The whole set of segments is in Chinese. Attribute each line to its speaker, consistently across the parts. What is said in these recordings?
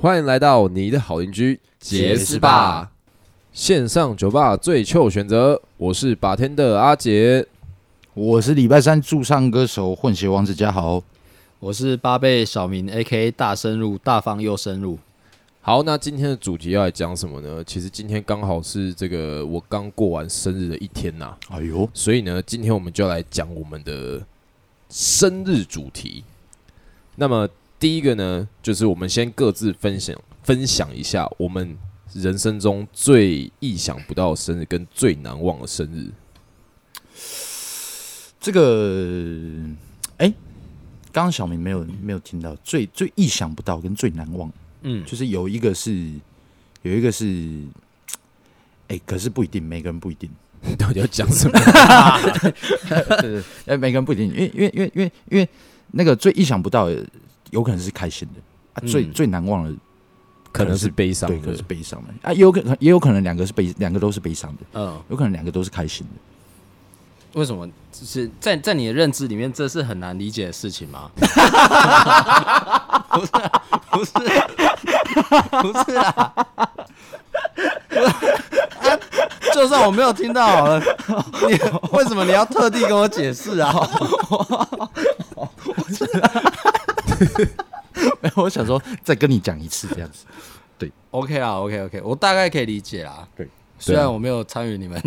Speaker 1: 欢迎来到你的好邻居
Speaker 2: 杰斯霸
Speaker 1: 线上酒吧最臭选择，我是把天的阿杰。
Speaker 2: 我是礼拜三驻唱歌手混血王子嘉豪，
Speaker 3: 我是八倍小明，A K 大深入，大方又深入。
Speaker 1: 好，那今天的主题要来讲什么呢？其实今天刚好是这个我刚过完生日的一天呐、
Speaker 2: 哎呦，
Speaker 1: 所以呢，今天我们就来讲我们的生日主题。那么第一个呢，就是我们先各自分享分享一下我们人生中最意想不到的生日跟最难忘的生日。
Speaker 2: 这个，哎、刚刚小明没有没有听到，最最意想不到跟最难忘，
Speaker 1: 嗯，
Speaker 2: 就是有一个是有一个是，哎、可是不一定，每个人不一定，
Speaker 1: 到底要讲什么？
Speaker 2: 对，哎，每个人不一定，因为因为因为因为因为那个最意想不到的，有可能是开心的啊，最、
Speaker 1: 嗯
Speaker 2: 最难忘的，
Speaker 1: 可能是悲伤
Speaker 2: 对，可
Speaker 1: 的
Speaker 2: 能是。悲伤的啊，也有可能也有可能两个是悲，两个都是悲伤的，
Speaker 3: 嗯，
Speaker 2: 有可能两个都是开心的。
Speaker 3: 为什么？就是在在你的认知里面，这是很难理解的事情 吗？不是啊，不是，不是啊！不是啊就算我没有听到好了，你为什么你要特地跟我解释啊？
Speaker 2: 没有，我想说再跟你讲一次这样子。
Speaker 3: OK 啦，OK OK，我大概可以理解啦。
Speaker 2: 对，
Speaker 3: 虽然我没有参与你 们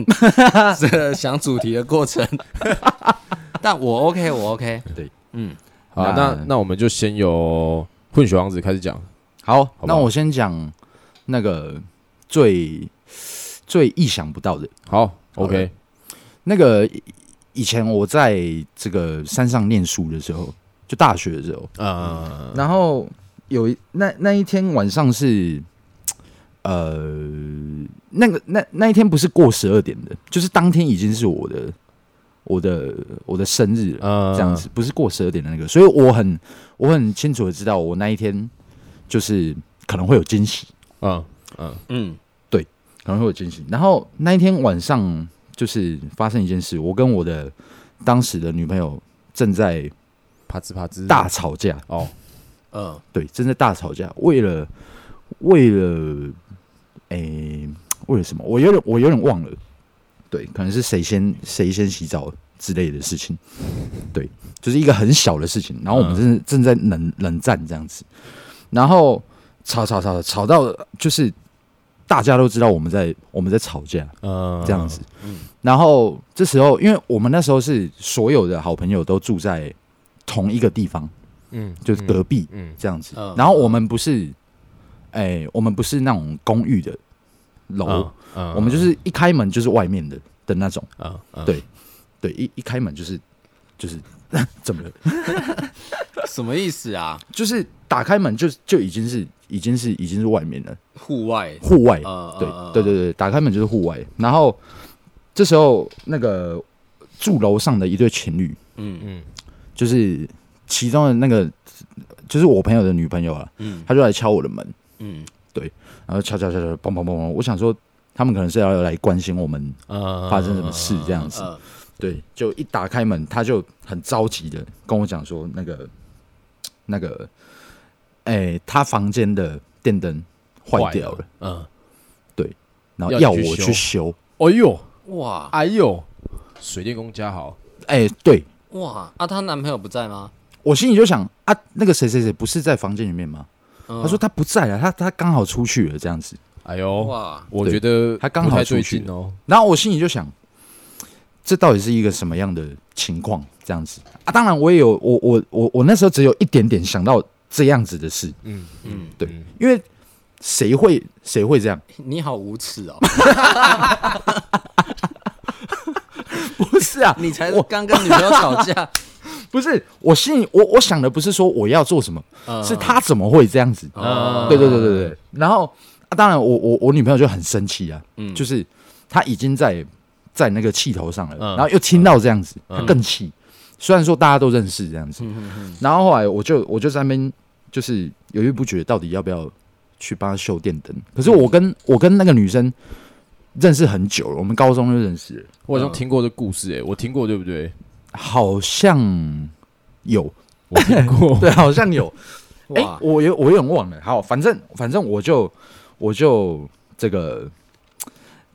Speaker 3: 这个想主题的过程， 但我 OK，我 OK。
Speaker 2: 对，
Speaker 3: 嗯，
Speaker 1: 好，那
Speaker 2: 那
Speaker 1: 那我们就先由混血王子开始讲。
Speaker 2: 好，
Speaker 1: 不
Speaker 2: 那
Speaker 1: 好
Speaker 2: 我先讲那个最最意想不到的
Speaker 1: 好
Speaker 2: 好
Speaker 1: ，OK，
Speaker 2: 那个，以以前我在这个山上念书的时候，就大学的时候，
Speaker 1: 呃，
Speaker 2: 然后有一那那一天晚上是，呃，那个那那一天不是过十二点的，就是当天已经是我的我的我的生日了。
Speaker 1: 呃
Speaker 2: 这样子，不是过十二点的那个，所以我很我很清楚的知道，我那一天就是可能会有惊喜，
Speaker 1: 嗯，
Speaker 3: 嗯，
Speaker 2: 可能会有惊喜。然后那一天晚上就是发生一件事，我跟我的当时的女朋友正在
Speaker 1: 啪吱啪吱，
Speaker 2: 大吵架，
Speaker 1: 哦，
Speaker 3: 呃，
Speaker 2: 对，正在大吵架，为了为了诶、为了什么？我有点我有点忘了，对，可能是谁先谁先洗澡之类的事情，对，就是一个很小的事情。然后我们正、正在冷冷战这样子，然后吵吵吵吵到就是大家都知道我们在我们在吵架
Speaker 1: 呃，
Speaker 2: 这样子，然后这时候因为我们那时候是所有的好朋友都住在同一个地方，
Speaker 1: 嗯，嗯，
Speaker 2: 就是隔壁。
Speaker 1: 嗯，
Speaker 2: 这样子
Speaker 3: 嗯。
Speaker 2: 然后我们不是，哎，我们不是那种公寓的楼
Speaker 1: 嗯，，嗯
Speaker 2: 我们就是一开门就是外面的的那种。
Speaker 3: 啊
Speaker 1: 嗯，嗯
Speaker 2: 对对，一一开门就是就是 怎么了？
Speaker 3: 什么意思啊？
Speaker 2: 就是打开门就就已经是已经是已经是外面了，
Speaker 3: 户外，
Speaker 2: 户外。
Speaker 3: 呃，
Speaker 2: 对
Speaker 3: 呃
Speaker 2: 对对，对，打开门就是户外。然后这时候那个住楼上的一对情侣，
Speaker 3: 嗯
Speaker 1: 嗯，
Speaker 2: 就是其中的那个就是我朋友的女朋友啊，
Speaker 3: 嗯
Speaker 2: 她就来敲我的门。
Speaker 3: 嗯
Speaker 2: 然后敲敲敲敲，砰砰砰砰，我想说他们可能是要来关心我们
Speaker 1: 呃
Speaker 2: 发生什么事这样子。
Speaker 3: 呃，
Speaker 2: 对，就一打开门，他就很着急的跟我讲说，那个那个，哎、他房间的电灯坏掉了，，
Speaker 1: 嗯，
Speaker 2: 然后
Speaker 1: 要
Speaker 2: 要
Speaker 1: 你去
Speaker 2: 我去修。
Speaker 1: 哎呦，
Speaker 3: 呃哇
Speaker 1: 哎呦，水电工加好，
Speaker 2: 哎、对
Speaker 3: 哇，啊，她男朋友不在吗？
Speaker 2: 我心里就想啊，那个谁谁谁不是在房间里面吗？
Speaker 3: 他
Speaker 2: 他说他不在啊，他他刚好出去了这样子。
Speaker 1: 哎
Speaker 2: 哦
Speaker 1: 呦，
Speaker 3: 哇，
Speaker 1: 我
Speaker 2: 对
Speaker 1: 觉得
Speaker 2: 他刚好
Speaker 1: 不太对
Speaker 2: 出去
Speaker 1: 劲哦，
Speaker 2: 然后我心里就想，这到底是一个什么样的情况？这样子啊，当然我也有，我我我我那时候只有一点点想到这样子的事，
Speaker 1: 嗯
Speaker 3: 嗯，
Speaker 2: 对因为谁会谁会这样？
Speaker 3: 你好无耻哦！
Speaker 2: 不是啊，
Speaker 3: 你才
Speaker 2: 我
Speaker 3: 刚跟女朋友吵 架，
Speaker 2: 不是，我心里我我想的不是说我要做什么，
Speaker 3: 呃
Speaker 2: 是他怎么会这样子？
Speaker 3: 哦
Speaker 2: 对对对对对。然后啊，当然我我我女朋友就很生气啊，
Speaker 3: 嗯
Speaker 2: 就是她已经在在那个气头上了，
Speaker 1: 嗯
Speaker 2: 然后又听到这样子，她更气。虽然说大家都认识这样子，然后后来我就我就在那边就是嗯犹豫不决，到底要不要去帮她修电灯？可是我跟我跟那个女生认识很久了，我们高中就认识了，
Speaker 1: 我好像听过这故事、欸，哎，我听过对不 对？
Speaker 2: 好像有，
Speaker 1: 我听过，
Speaker 2: 对，好像有。哎、
Speaker 3: 哇，
Speaker 2: 我有我有点忘了。好，反正反正我就我就这个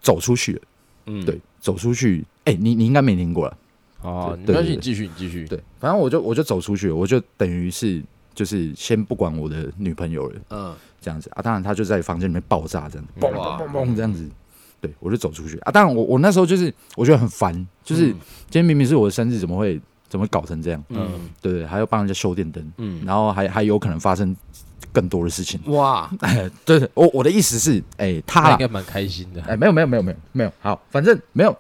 Speaker 2: 走出去了，
Speaker 3: 嗯，
Speaker 2: 对，走出去。哎、你你应该没听过了，
Speaker 1: 好，
Speaker 2: 对
Speaker 1: 没关系，
Speaker 2: 对
Speaker 1: 你继续，你继续。
Speaker 2: 对，反正我就我就走出去了，我就等于是就是先不管我的女朋友了，
Speaker 3: 嗯，
Speaker 2: 这样子啊。当然，她就在房间里面爆炸，这样嘣
Speaker 3: 哇
Speaker 2: 嘣嘣嘣这样子。对，我就走出去啊！当然我，我那时候就是我觉得很烦，就是今天明明是我的生日，怎么会怎么会搞成这样？
Speaker 3: 嗯
Speaker 2: 对不对？还要帮人家修电灯，
Speaker 3: 嗯
Speaker 2: 然后还还有可能发生更多的事情。
Speaker 3: 哇，
Speaker 2: 哎，对，对我我的意思是，哎，他
Speaker 1: 他应
Speaker 2: 啦
Speaker 1: 该蛮开心的。
Speaker 2: 哎，没有没有没有没有没有，好，反正没有，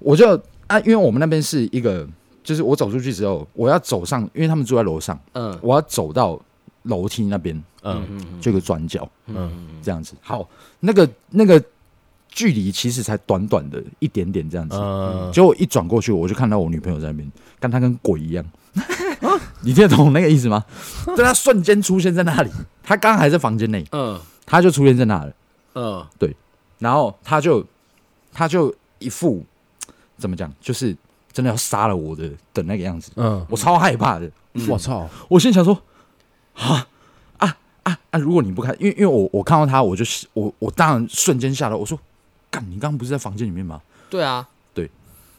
Speaker 2: 我就啊，因为我们那边是一个，就是我走出去之后，我要走上，因为他们住在楼上，
Speaker 3: 嗯
Speaker 2: 我要走到楼梯那边，
Speaker 1: 嗯
Speaker 3: 嗯
Speaker 2: 就有个转角
Speaker 1: 嗯
Speaker 2: 这样子。好，那个那个距离其实才短短的一点点这样子，
Speaker 1: 嗯，
Speaker 2: 结果我一转过去，我就看到我女朋友在那边，但她跟鬼一样。
Speaker 1: 啊
Speaker 2: 你听得懂那个意思吗？就她瞬间出现在那里，她刚刚还在房间内，
Speaker 3: 嗯
Speaker 2: 她就出现在那了。
Speaker 3: 嗯
Speaker 2: 然后她就她就一副怎么讲，就是真的要杀了我的的那个样子，
Speaker 1: 嗯，
Speaker 2: 我超害怕的。
Speaker 1: 我嗯操，
Speaker 2: 我心里想说，啊啊啊啊！如果你不看，因为因为我我看到她，我就是我我当然瞬间吓到，我说，干，你刚刚不是在房间里面吗？
Speaker 3: 对啊，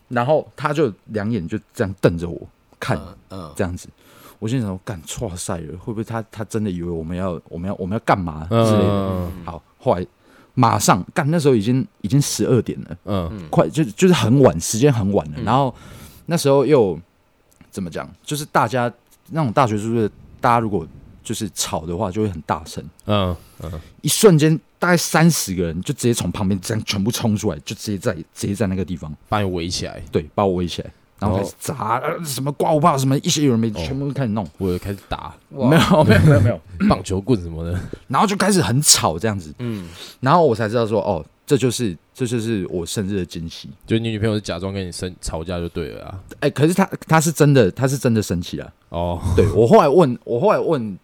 Speaker 2: 然后她就两眼就这样瞪着我看，
Speaker 3: 嗯嗯
Speaker 2: 这样子。我心想说，干，错赛了，会不会他他真的以为我们要我们要我们要干嘛之类的？
Speaker 1: 嗯
Speaker 2: 好，后来马上干，那时候已经已经十二点了，
Speaker 1: 嗯
Speaker 2: 快就就是很晚，时间很晚了。然后那时候又怎么讲？就是大家那种大学宿舍，大家如果就是吵的话，就会很大声。
Speaker 1: 嗯，
Speaker 2: 一瞬间，大概三十个人就直接从旁边这样全部冲出来，就直接在直接在那个地方，
Speaker 1: 把你围起来，
Speaker 2: 对，把我围起来，然后开始砸、呃什么挂我炮什么，一些有人没，全部都开始弄。
Speaker 1: 我有开始打
Speaker 3: 哇
Speaker 2: 没有没有没有没有，
Speaker 1: 棒球棍什么的。
Speaker 2: 然后就开始很吵这样子，
Speaker 3: 嗯
Speaker 2: 然后我才知道说，哦，这就是这就是我生日的惊喜。
Speaker 1: 就你女朋友是假装跟你生吵架就对了啊。
Speaker 2: 哎，可是他他是真的，他是真的生气啊了。
Speaker 1: 哦，
Speaker 2: 对我后来问，我后来问，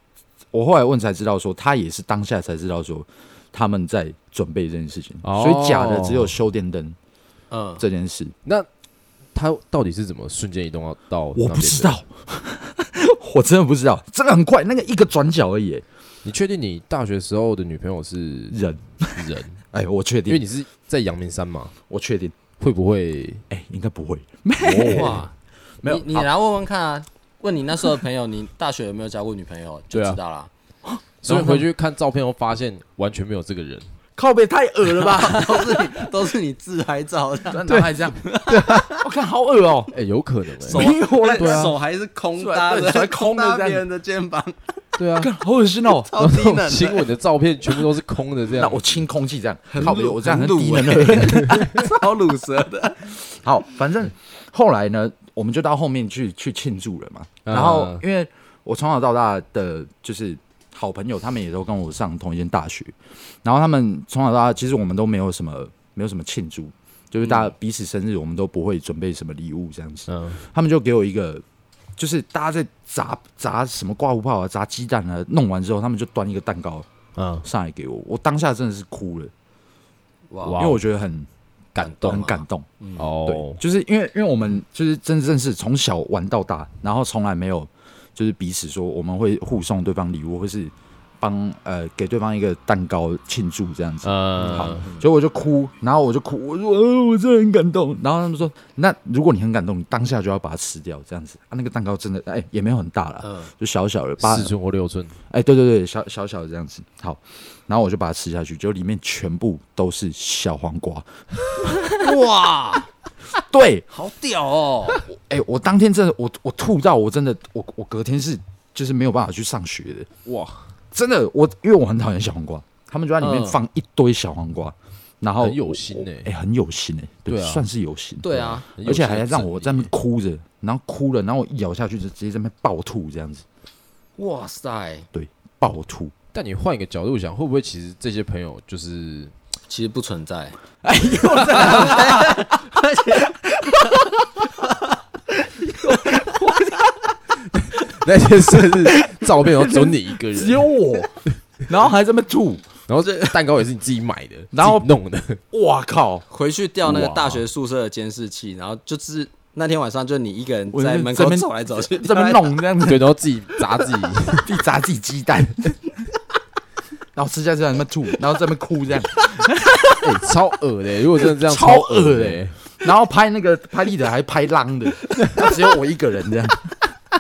Speaker 2: 我后来问才知道说，他也是当下才知道说他们在准备这件事情，
Speaker 1: 哦
Speaker 2: 所以假的只有修电灯
Speaker 3: 嗯，
Speaker 2: 这件事，
Speaker 1: 那他到底是怎么瞬间移动到到？
Speaker 2: 我不知。道。 我真的不知道，真的很快，那个一个转角而已耶，
Speaker 1: 你确定你大学时候的女朋友是
Speaker 2: 人，
Speaker 1: 人？
Speaker 2: 哎，我确
Speaker 1: 因为
Speaker 2: 定，
Speaker 1: 你是在阳明山嘛，
Speaker 2: 我确定，
Speaker 1: 会不会？
Speaker 2: 哎，应该不会，
Speaker 3: 哇，
Speaker 2: 没有啊
Speaker 3: 你你
Speaker 2: 好
Speaker 3: 来问问看啊，问你那时候的朋友，你大学有没有交过女朋友，就
Speaker 1: 对啊
Speaker 3: 知道啦。
Speaker 1: 所以回去看照片后发现完全没有这个人。
Speaker 2: 靠背太恶了吧？
Speaker 3: 都是你都是你自拍照的，
Speaker 2: 对，还 这样，我看好恶 哦，
Speaker 1: 哎，有可能
Speaker 3: 手
Speaker 1: 哎。
Speaker 2: 没有啦
Speaker 3: 而且
Speaker 2: 对啊
Speaker 3: 手还是空搭
Speaker 2: 对
Speaker 3: 的，
Speaker 2: 手还空的
Speaker 3: 搭
Speaker 2: 这样
Speaker 3: 别人的肩膀，
Speaker 1: 对啊，
Speaker 2: 看好恶心 哦。
Speaker 3: 超低
Speaker 1: 那种
Speaker 3: 能 的。
Speaker 1: 亲吻的照片全部都是空的，这
Speaker 2: 那
Speaker 1: 样
Speaker 2: 我清空气这样，靠背
Speaker 3: 鲁
Speaker 2: 我这样很欸
Speaker 3: 很
Speaker 2: 低
Speaker 3: 鲁
Speaker 2: 能的。
Speaker 3: 超乳蛇 的。
Speaker 2: 好，反正后来呢，我们就到后面去去庆祝了嘛。然后
Speaker 1: 嗯
Speaker 2: 因为我从小到大的就是好朋友，他们也都跟我上同一间大学，然后他们从小到大其实我们都没有什么没有什么庆祝，就是大家彼此生日我们都不会准备什么礼物这样子。
Speaker 1: 嗯
Speaker 2: 他们就给我一个，就是大家在砸砸什么挂糊炮啊、砸鸡蛋啊，弄完之后他们就端一个蛋糕。
Speaker 1: 嗯，
Speaker 2: 上来给我，我当下真的是哭了，因
Speaker 1: 哇
Speaker 2: 为我觉得很
Speaker 1: 感
Speaker 3: 懂
Speaker 1: 动
Speaker 2: 很
Speaker 3: 啊
Speaker 2: 感动。嗯对
Speaker 1: 哦，，
Speaker 2: 就是因为因为我们就是真正是从小玩到大，然后从来没有就是彼此说我们会互送对方礼物，或是帮呃给对方一个蛋糕庆祝这样子。好
Speaker 1: 嗯，，
Speaker 2: 所以我就哭，然后我就哭，我说、呃、我真的很感动。然后他们说，那如果你很感动，你当下就要把它吃掉，这样子。啊，那个蛋糕真的，哎、也没有很大了，
Speaker 3: 嗯
Speaker 2: 就小小的，八
Speaker 1: 四寸或六寸，
Speaker 2: 哎，对对对，小小小的这样子，好，然后我就把它吃下去，就里面全部都是小黄瓜。
Speaker 3: 哇，
Speaker 2: 对，
Speaker 3: 好屌哦！
Speaker 2: 哎，我当天真的，我我吐到我真的，我我隔天是就是没有办法去上学的，
Speaker 1: 哇，
Speaker 2: 真的，我因为我很讨厌小黄瓜，他们就在里面
Speaker 3: 嗯
Speaker 2: 放一堆小黄瓜，然后
Speaker 1: 很有心欸
Speaker 2: 哎，很有心哎，对，
Speaker 1: 对啊
Speaker 2: 算是有心，
Speaker 3: 对啊，
Speaker 1: 很有
Speaker 2: 而且
Speaker 1: 心
Speaker 2: 还
Speaker 1: 的
Speaker 2: 让
Speaker 1: 整
Speaker 2: 我
Speaker 1: 理
Speaker 2: 在那边哭着，然后哭了，然后我一咬下去就直接在那边暴吐这样子，
Speaker 3: 哇塞，
Speaker 2: 对，暴吐，
Speaker 1: 但你换一个角度想，会不会其实这些朋友就是
Speaker 3: 其实不存在。
Speaker 2: 哎呦，
Speaker 1: 那些生日照片，然后只有你一个
Speaker 2: 只
Speaker 1: 人？
Speaker 2: 有我，然后还这么吐，
Speaker 1: 然后这蛋糕也是你自己买的，
Speaker 2: 然后
Speaker 1: 自己弄的，
Speaker 2: 哇靠！
Speaker 3: 回去调那个
Speaker 2: 哇
Speaker 3: 大学宿舍的监视器，然后就是那天晚上就你一个人
Speaker 2: 我
Speaker 3: 在
Speaker 2: 就
Speaker 3: 门
Speaker 2: 这
Speaker 3: 口
Speaker 2: 边
Speaker 3: 走来走去，
Speaker 2: 这么弄这样子，
Speaker 1: 对，然后自己砸自己，
Speaker 2: 自己砸自己鸡 蛋，然后吃下去在那边吐，然后在那边哭这样，
Speaker 1: 哎超恶的、如果真的这样，
Speaker 2: 超恶
Speaker 1: 恶的、
Speaker 2: 欸然后拍那个拍立得还拍浪的，只有我一个人这样，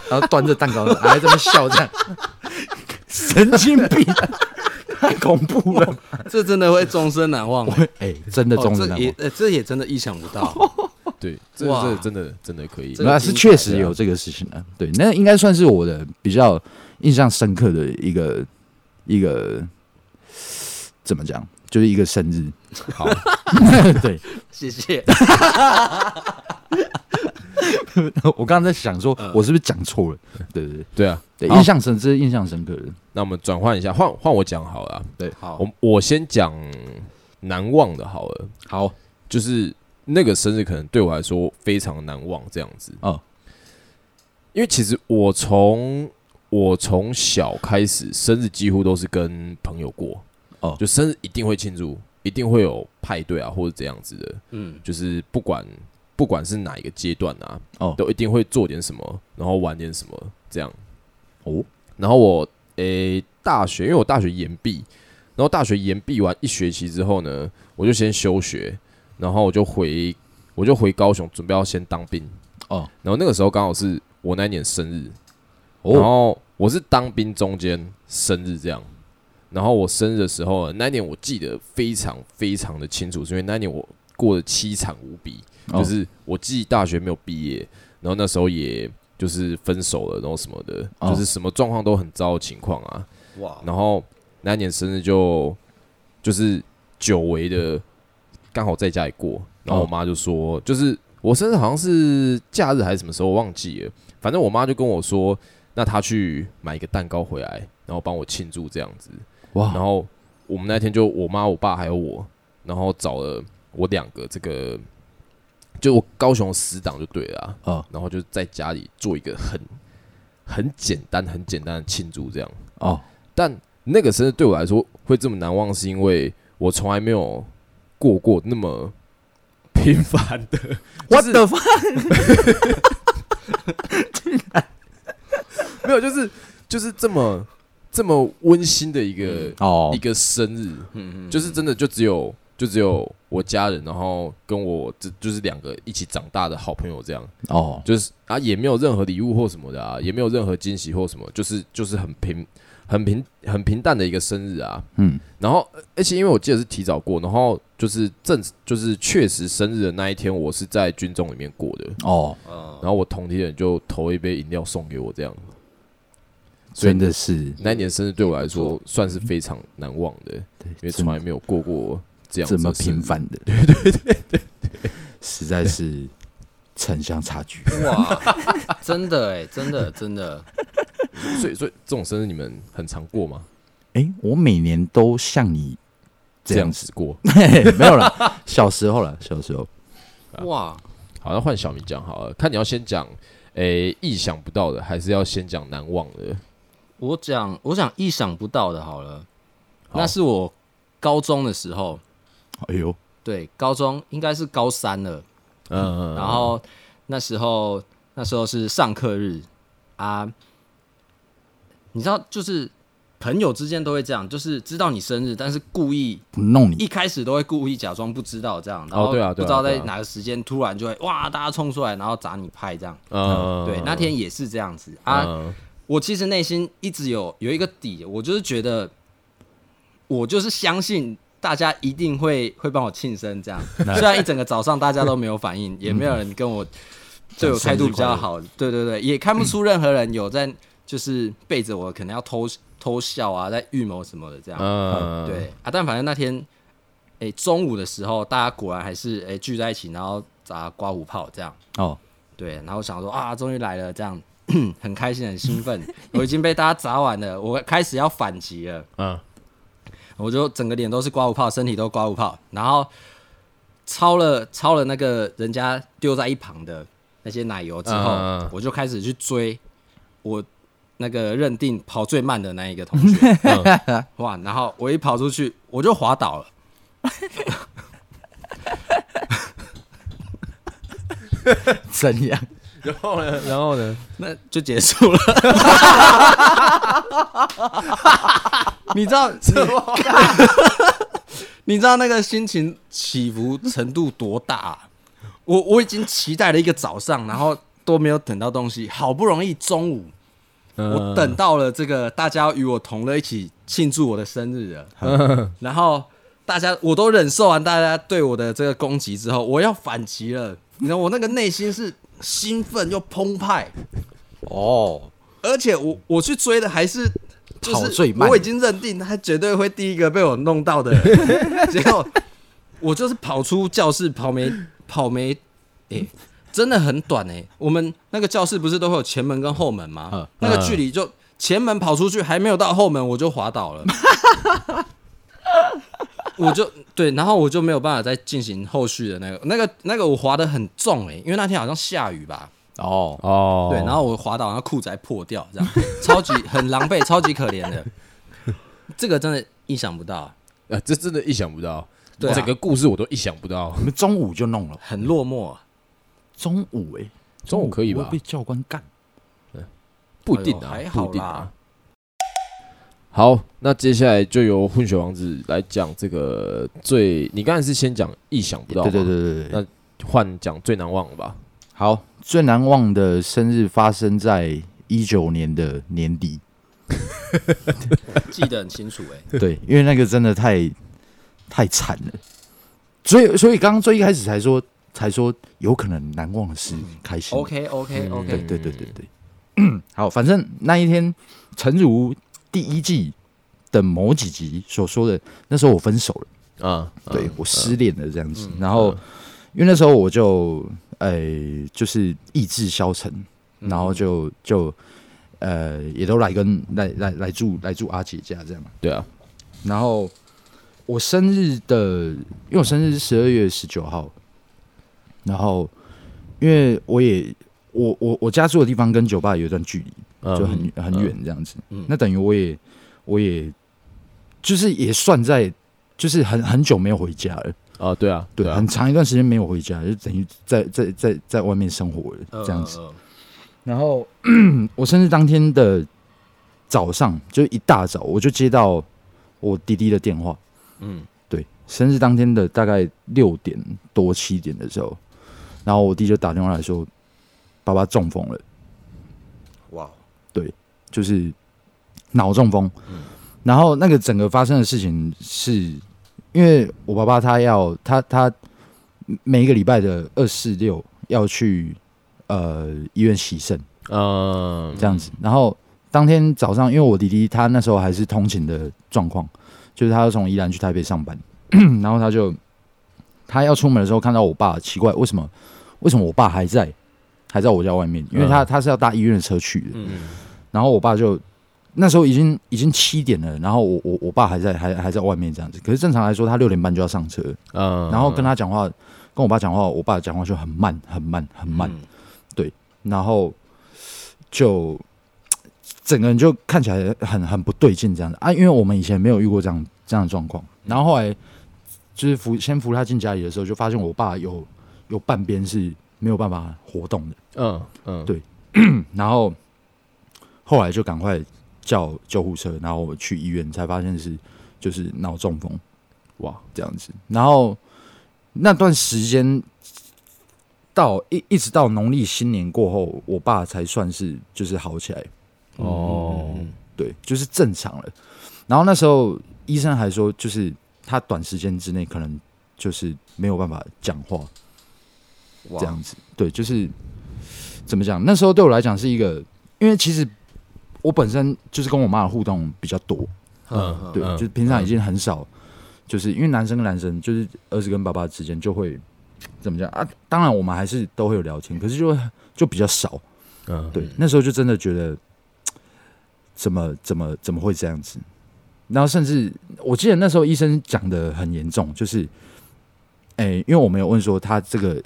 Speaker 2: 然后端着蛋糕还在这么笑这样，神经病，太恐怖了！
Speaker 3: 这真的会终身难忘。啊
Speaker 2: 哎、真的中
Speaker 3: 哦
Speaker 2: 了、
Speaker 3: 这也呃这也真的意想不 到。
Speaker 1: 对，这
Speaker 3: 哇
Speaker 1: 这真的真的可以
Speaker 3: 这，
Speaker 2: 那
Speaker 3: 个
Speaker 2: 是
Speaker 3: 精彩
Speaker 2: 确实
Speaker 3: 的
Speaker 2: 有这个事情的、对，那应该算是我的比较印象深刻的一个一个怎么讲，就是一个生日。
Speaker 1: 好，
Speaker 2: 对
Speaker 3: 谢谢。
Speaker 2: 我刚刚在想说，我是不是讲错了？嗯 对对
Speaker 1: 对啊，
Speaker 2: 对，
Speaker 1: 好
Speaker 2: 印象深，这是印象深刻的。
Speaker 1: 那我们转换一下，换换我讲好了啊、
Speaker 3: 好，
Speaker 1: 我我先讲难忘的好了，
Speaker 2: 好，
Speaker 1: 就是那个生日可能对我来说非常难忘，这样子。
Speaker 3: 嗯
Speaker 2: 哦
Speaker 1: 因为其实我从我从小开始，生日几乎都是跟朋友过，
Speaker 3: 嗯
Speaker 2: 哦
Speaker 1: 就生日一定会庆祝，一定会有派对啊，或者这样子的，
Speaker 3: 嗯，
Speaker 1: 就是不管不管是哪一个阶段啊，
Speaker 2: 哦
Speaker 1: 都一定会做点什么，然后玩点什么这样。
Speaker 2: 哦，
Speaker 1: 然后我诶、大学，因为我大学延毕，然后大学延毕完一学期之后呢，我就先休学，然后我就回我就回高雄，准备要先当兵。
Speaker 2: 哦
Speaker 1: 然后那个时候刚好是我那一年生日，然
Speaker 2: 哦，
Speaker 1: 后我是当兵中间生日这样。然后我生日的时候，那一年我记得非常非常的清楚，是因为那一年我过得凄惨无比，
Speaker 2: 哦
Speaker 1: 就是我既大学没有毕业，然后那时候也就是分手了，然后什么的，
Speaker 2: 哦
Speaker 1: 就是什么状况都很糟的情况啊。
Speaker 3: 哇，
Speaker 1: 然后那一年生日就就是久违的，刚好在家里过。然后我妈就说，就是我生日好像是假日还是什么时候，我忘记了。反正我妈就跟我说，那她去买一个蛋糕回来，然后帮我庆祝这样子。
Speaker 2: 哇，
Speaker 1: 然后我们那天就我妈、我爸还有我，然后找了我两个这个，就我高雄死党就对了啊、
Speaker 2: 哦
Speaker 1: 然后就在家里做一个很很简单、很简单的庆祝这样。
Speaker 2: 哦
Speaker 1: 但那个生日对我来说会这么难忘，是因为我从来没有过过那么频繁的
Speaker 2: ，What the fuck？
Speaker 1: 没有，就是就是这么这么温馨的一个、
Speaker 2: 哦
Speaker 1: 一个生日，
Speaker 3: 嗯嗯，
Speaker 1: 就是真的就只有就只有我家人，然后跟我这就是两个一起长大的好朋友这样，
Speaker 2: 哦
Speaker 1: 就是啊也没有任何礼物或什么的啊，也没有任何惊喜或什么，就是就是很平很平很平淡的一个生日啊，
Speaker 2: 嗯
Speaker 1: 然后，呃而且因为我记得是提早过，然后就是正就是确实生日的那一天，我是在军中里面过的。
Speaker 2: 哦，
Speaker 1: 然后我同梯的人就投一杯饮料送给我，这样所以
Speaker 2: 真的是
Speaker 1: 那一年生日对我来说算是非常难忘的，因为
Speaker 2: 真
Speaker 1: 从来没有过过这样子
Speaker 2: 这
Speaker 1: 的
Speaker 2: 么
Speaker 1: 生日
Speaker 2: 频，繁的， 对对对对， 实在是城乡差 距。
Speaker 3: 哇，真的哎，真的真 的，
Speaker 1: 所以所以这种生日你们很常过吗？
Speaker 2: 哎、我每年都像你这
Speaker 1: 这
Speaker 2: 样
Speaker 1: 样
Speaker 2: 子，
Speaker 1: 子过，
Speaker 2: 没有了，小时候了，小时候。
Speaker 3: 哇，
Speaker 1: 好，那换小明讲好了，看你要先讲诶意想不到的，还是要先讲难忘的？
Speaker 3: 我讲我讲意想不到的，好了，
Speaker 1: 好
Speaker 3: 那是我高中的时候，
Speaker 2: 哎呦，
Speaker 3: 对，高中应该是高三了，
Speaker 1: 嗯，
Speaker 3: 然后那时候那时候是上课日啊，你知道就是。朋友之间都会这样，就是知道你生日，但是故意
Speaker 2: 不弄你
Speaker 3: 一开始都会故意假装不知道这样，然
Speaker 1: 哦
Speaker 3: 后
Speaker 1: 对啊
Speaker 3: 不
Speaker 1: 对啊
Speaker 3: 知道在
Speaker 1: 对啊
Speaker 3: 哪个时间突然就会哇，大家冲出来，然后砸你派这样。
Speaker 1: 嗯
Speaker 3: 对，那天也是这样子啊。
Speaker 1: 嗯
Speaker 3: 我其实内心一直有有一个底，我就是觉得，我就是相信大家一定会会帮我庆生这样。虽然一整个早上大家都没有反应，也没有人跟我对我态度比较好，对对对，也看不出任何人有在就是背着我，可能要偷偷笑啊，在预谋什么的这样。
Speaker 1: 嗯，
Speaker 3: 对啊，但反正那天，哎、中午的时候，大家果然还是哎、诶聚在一起，然后砸刮胡泡这样。
Speaker 2: 哦，
Speaker 3: 对，然后想说啊，终于来了，这样很开心，很兴奋。我已经被大家砸完了，我开始要反击了，
Speaker 1: 嗯，
Speaker 3: 我就整个脸都是刮胡泡，身体都刮胡泡，然后抄了抄了那个人家丢在一旁的那些奶油之后，
Speaker 1: 嗯嗯嗯
Speaker 3: 我就开始去追我那个认定跑最慢的那一个同学，
Speaker 1: 嗯
Speaker 3: 哇！然后我一跑出去，我就滑倒了。
Speaker 2: 怎样？
Speaker 1: 然后呢？然后呢？
Speaker 3: 那就结束了。 你知道， 你知道那个心情起伏程度多大啊、我我已经期待了一个早上，然后都没有等到东西，好不容易中午我等到了这个大家要与我同乐一起庆祝我的生日了，
Speaker 1: 嗯，
Speaker 3: 然后大家我都忍受完大家对我的这个攻击之后，我要反击了。你知道我那个内心是兴奋又澎湃哦，而且我我去追的还是就
Speaker 2: 跑最
Speaker 3: 是
Speaker 2: 慢
Speaker 3: 我已经认定他绝对会第一个被我弄到的，结果我就是跑出教室跑没跑没，诶、真的很短诶、我们那个教室不是都会有前门跟后门吗？
Speaker 2: 嗯
Speaker 3: 那个距离就前门跑出去还没有到后门我就滑倒了。 我就对，然后我就没有办法再进行后续的那个那个那个我滑得很重诶、因为那天好像下雨吧，
Speaker 2: 哦，
Speaker 1: 哦，
Speaker 3: 对，然后我滑倒，然后裤子还破掉，这样超级很狼 狈，超级可怜的，这个真的意想不到，
Speaker 1: 呃，这真的意想不到，
Speaker 3: 对啊
Speaker 1: 整个故事我都意想不到
Speaker 2: 你。们中午就弄了，
Speaker 3: 很落寞。啊
Speaker 2: 中午哎、
Speaker 1: 中午可以吧
Speaker 2: 会被教官干。
Speaker 1: 不一定啊，
Speaker 3: 哎呦还好
Speaker 1: 不一
Speaker 3: 啦
Speaker 1: 定啊。好，那接下来就由混血王子来讲这个最，你刚才是先讲意想不到
Speaker 2: 对
Speaker 1: 嘛，
Speaker 2: 对对对对对，
Speaker 1: 换讲最难忘的吧。
Speaker 2: 好，最难忘的生日发生在一九年的年底，
Speaker 3: 记得很清楚哎、
Speaker 2: 对，因为那个真的太太惨了，所以所以刚刚最一开始才说才说有可能难忘的是开心的
Speaker 3: OK OK
Speaker 1: 嗯
Speaker 3: OK，、
Speaker 2: 对对对对对， 好，反正那一天，诚如第一季的某几集所说的，那时候我分手了，
Speaker 1: 啊，啊
Speaker 2: 对我失恋了这样子，
Speaker 1: 嗯
Speaker 2: 然后因为那时候我就呃就是意志消沉，然
Speaker 1: 嗯
Speaker 2: 后就就呃也都来跟来来来住来住阿姐家这样，
Speaker 1: 对啊，
Speaker 2: 然后我生日的，因为我生日是十二月十九号，然后因为我也我我我家住的地方跟酒吧有一段距离，就
Speaker 1: 嗯，
Speaker 2: 很啊很远这样子，
Speaker 3: 嗯
Speaker 2: 那等于我也我也就是也算在就是很很久没有回家了，
Speaker 1: 啊，对啊，
Speaker 2: 对，
Speaker 1: 啊
Speaker 2: 很，长一段时间没有回家，就等于在在在在外面生活了
Speaker 3: 呃
Speaker 2: 这样子。
Speaker 3: 呃
Speaker 2: 然后 我生日当天的早上，就一大早我就接到我弟弟的电话。
Speaker 3: 嗯，
Speaker 2: 对，生日当天的大概六点多七点的时候，然后我弟就打电话来说，爸爸中风了，
Speaker 3: 哇，
Speaker 2: 就是脑中风。然后那个整个发生的事情是，因为我爸爸他要他他每一个礼拜的二四六要去呃医院洗肾。
Speaker 1: 嗯，
Speaker 2: 这样子。然后当天早上，因为我弟弟他那时候还是通勤的状况，就是他要从宜兰去台北上班， 然后他就他要出门的时候看到我爸，奇怪为什么为什么我爸还在还在我家外面？因为他、
Speaker 1: 嗯
Speaker 2: 他是要搭医院的车去的，
Speaker 3: 嗯
Speaker 2: 然后我爸就。那时候已经已经七点了，然后我我我爸还在还还在外面这样子，可是正常来说他六点半就要上车，
Speaker 1: 嗯，
Speaker 2: 然后跟他讲话，跟我爸讲话，我爸讲话就很慢很慢很慢，
Speaker 3: 嗯
Speaker 2: 然后就整个人就看起来很很不对劲这样子啊，因为我们以前没有遇过这样这样的状况。然后后来就是扶先扶他进家里的时候，就发现我爸有有半边是没有办法活动的，
Speaker 1: 嗯嗯，
Speaker 2: 对然后后来就赶快叫救护车，然后我去医院才发现是就是脑中风
Speaker 1: 哇，
Speaker 2: 这样子。然后那段时间到一一直到农历新年过后，我爸才算是就是好起来。
Speaker 1: 哦，
Speaker 2: 对，就是正常了。然后那时候医生还说，就是他短时间之内可能就是没有办法讲话
Speaker 3: 哇
Speaker 2: 这样子。对，就是怎么讲？那时候对我来讲是一个，因为其实我本身就是跟我妈的互动比较多，
Speaker 1: 嗯
Speaker 2: 对，
Speaker 1: 嗯
Speaker 2: 就是平常已经很少，就是因为男生跟男生，就是儿子跟爸爸之间就会怎么讲啊？当然我们还是都会有聊天，可是就就比较少。
Speaker 1: 嗯，
Speaker 2: 对，那时候就真的觉得，怎么怎么怎么会这样子？然后甚至我记得那时候医生讲的很严重，就是，哎、因为我没有问说他这个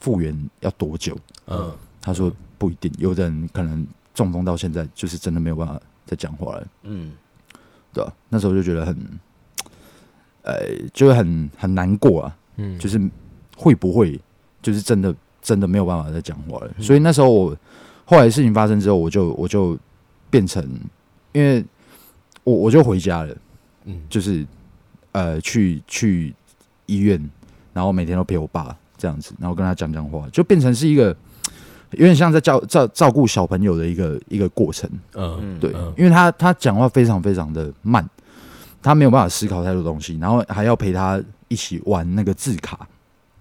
Speaker 2: 复原要多久，
Speaker 1: 嗯
Speaker 2: 他说不一定，有的人可能中风到现在，就是真的没有办法再讲话了，
Speaker 3: 嗯，
Speaker 2: 对吧、那时候就觉得很，呃，就是很很难过啊，
Speaker 1: 嗯，
Speaker 2: 就是会不会就是真的真的没有办法再讲话了。
Speaker 1: 嗯
Speaker 2: 所以那时候我后来事情发生之后，我就我就变成，因为我我就回家了，
Speaker 1: 嗯
Speaker 2: 就是呃去去医院，然后每天都陪我爸这样子，然后跟他讲讲话，就变成是一个。有点像在照照照顾小朋友的一个一个过程，
Speaker 1: 嗯
Speaker 2: 对
Speaker 1: 嗯，
Speaker 2: 因为他他讲话非常非常的慢，他没有办法思考太多东西，然后还要陪他一起玩那个字卡，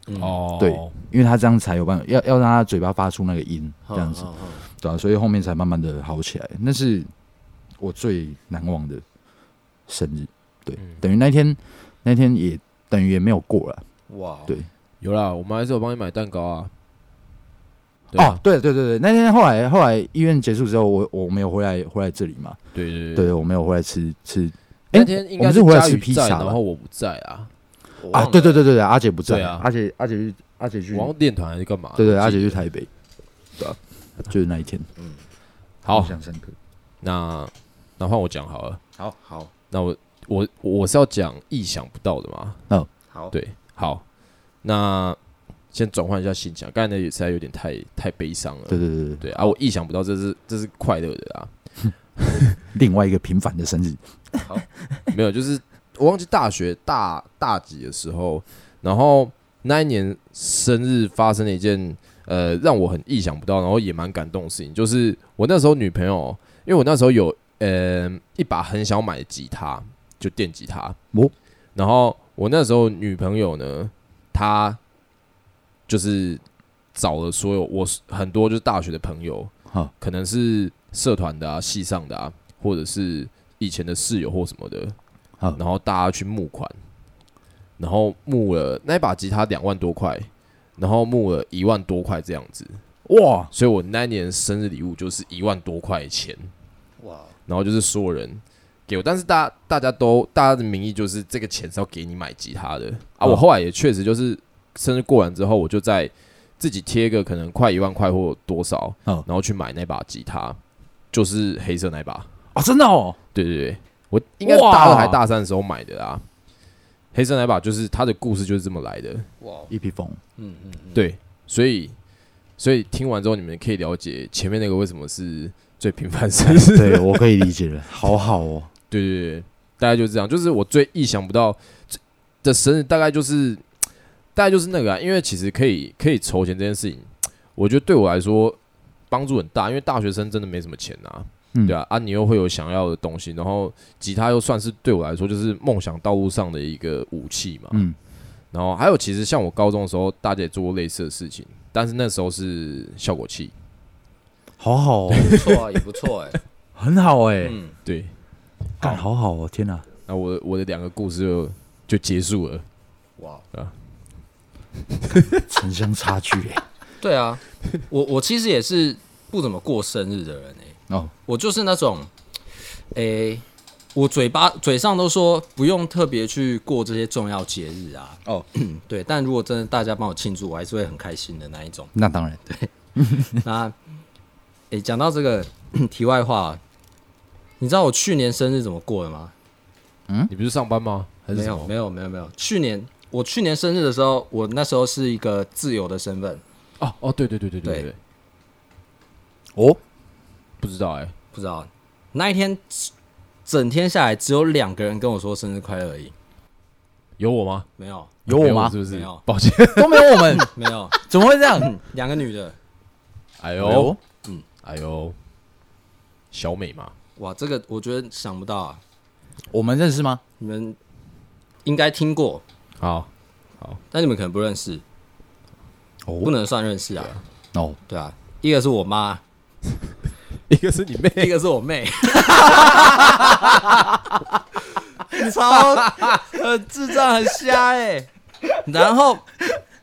Speaker 3: 嗯，
Speaker 1: 哦，
Speaker 2: 对因为他这样才有办法，要要让他嘴巴发出那个音，
Speaker 3: 好
Speaker 2: 这样子，
Speaker 3: 好好
Speaker 2: 对啊，所以后面才慢慢的好起来。那是我最难忘的生日，对，
Speaker 1: 嗯
Speaker 2: 等于那天那天也等于也没有过了。
Speaker 3: 哇，
Speaker 2: 对
Speaker 1: 有啦，我们还是有帮你买蛋糕啊。对
Speaker 2: 哦
Speaker 1: 啊，，
Speaker 2: 对对对对，那天后来后来医院结束之后，我我没有回来回来这里嘛，
Speaker 1: 对对
Speaker 2: 对，我没有回来吃吃啊
Speaker 1: 那天应该
Speaker 2: 我们是回来
Speaker 1: 佳
Speaker 2: 吃
Speaker 1: 宇
Speaker 2: 披
Speaker 1: 在，
Speaker 2: 萨吧
Speaker 1: 然后我不在啊。我忘
Speaker 2: 啊，
Speaker 1: 了
Speaker 2: 对对，对对对，阿姐不在
Speaker 1: 对啊
Speaker 2: 阿姐阿姐去阿姐去
Speaker 1: 我，要练团还是干嘛？
Speaker 2: 嗯对对，
Speaker 1: 我
Speaker 2: 阿
Speaker 1: 记
Speaker 2: 姐
Speaker 1: 得
Speaker 2: 去台北，对啊，就是那一天，
Speaker 1: 好
Speaker 2: 印，象深刻。
Speaker 1: 那那换我讲好了。
Speaker 3: 好好
Speaker 1: 那我我我是要讲意想不到的嘛。
Speaker 3: 好，
Speaker 1: 对，好，那先转换一下心情啊，刚才那也实在有点太太悲伤了。
Speaker 2: 对对对对，
Speaker 1: 对啊，我意想不到这是这是快乐的啊，
Speaker 2: 另外一个平凡的生日，
Speaker 1: 没有，就是我忘记大学大大几的时候，然后那一年生日发生了一件呃让我很意想不到，然后也蛮感动的事情，就是我那时候女朋友，因为我那时候有呃一把很想买的吉他，就电吉他，
Speaker 2: 哦
Speaker 1: 然后我那时候女朋友呢，她就是找了所有我很多就是大学的朋友
Speaker 2: 好，
Speaker 1: 可能是社团的啊、系上的啊，或者是以前的室友或什么的，
Speaker 2: 好
Speaker 1: 然后大家去募款，然后募了那一把吉他两万多块，然后募了一万多块这样子，
Speaker 2: 哇，
Speaker 1: 所以我那一年生日礼物就是一万多块钱，
Speaker 3: 哇，
Speaker 1: 然后就是所有人给我，但是大大家都大家的名义就是这个钱是要给你买吉他的啊。
Speaker 2: 嗯
Speaker 1: 我后来也确实就是生日过完之后，我就在自己贴个可能快一万块或多少，
Speaker 2: 嗯
Speaker 1: 然后去买那把吉他，就是黑色那把。
Speaker 2: 哦，真的哦，
Speaker 1: 对对对，我应该是
Speaker 2: 哇
Speaker 1: 大二还大三的时候买的啊。黑色那把就是它的故事就是这么来的，
Speaker 3: 哇，
Speaker 2: 一匹风，
Speaker 3: 嗯嗯嗯，
Speaker 1: 对，所以所以听完之后你们可以了解前面那个为什么是最平凡生日。
Speaker 2: 对我可以理解了， 好好哦，
Speaker 1: 对对对，大概就是这样。就是我最意想不到最的生日，大概就是大概就是那个、啊，因为其实可以可以筹钱这件事情，我觉得对我来说帮助很大，因为大学生真的没什么钱啊，
Speaker 2: 嗯
Speaker 1: 对啊，啊你又会有想要的东西，然后吉他又算是对我来说就是梦想道路上的一个武器嘛，
Speaker 2: 嗯，
Speaker 1: 然后还有其实像我高中的时候，大家也做过类似的事情，但是那时候是效果器，
Speaker 2: 好好哦，
Speaker 3: 不错啊，也不错 哎，
Speaker 2: 很好哎，
Speaker 3: 嗯，
Speaker 1: 对，
Speaker 2: 干好好哦，天哪，
Speaker 1: 那我的我的两个故事就就结束了。
Speaker 3: 哇，
Speaker 2: 城乡差距哎，
Speaker 3: 对啊，我我其实也是不怎么过生日的人哎，
Speaker 2: 哦，
Speaker 3: 我就是那种，诶、我嘴巴嘴上都说不用特别去过这些重要节日啊。
Speaker 2: 哦，
Speaker 3: 对，但如果真的大家帮我庆祝，我还是会很开心的那一种。
Speaker 2: 那当然，
Speaker 3: 那，诶、讲到这个题外话，你知道我去年生日怎么过的吗？
Speaker 1: 你不是上班吗？还是
Speaker 3: 没
Speaker 1: 什
Speaker 3: 有，
Speaker 1: 么？
Speaker 3: 没有，没有，没有。去年我去年生日的时候，我那时候是一个自由的身份，
Speaker 1: 哦哦，对对对对
Speaker 3: 对
Speaker 1: 对，
Speaker 2: 哦，
Speaker 1: 不知道哎、
Speaker 3: 不知道那一天整天下来只有两个人跟我说生日快乐而已，
Speaker 1: 有我吗？
Speaker 3: 没有，
Speaker 2: 有我吗
Speaker 1: 没是不是
Speaker 3: 没有？
Speaker 1: 抱歉，
Speaker 2: 都没有我们，
Speaker 3: 没有，
Speaker 2: 怎么会这样？
Speaker 3: 两个女的。
Speaker 1: 哎
Speaker 2: 哎呦
Speaker 1: 呦，哎呦，小美嘛，
Speaker 3: 哇，这个我觉得想不到啊，
Speaker 2: 我们认识吗？
Speaker 3: 你们应该听过，
Speaker 1: 好，
Speaker 3: 但你们可能不认识，不
Speaker 2: 哦，
Speaker 3: 能算认识啊，
Speaker 2: 哦，
Speaker 3: 对啊，一个是我妈，
Speaker 1: 一个是你妹，
Speaker 3: 一个是我妹， 超很智障，很瞎哎、然后，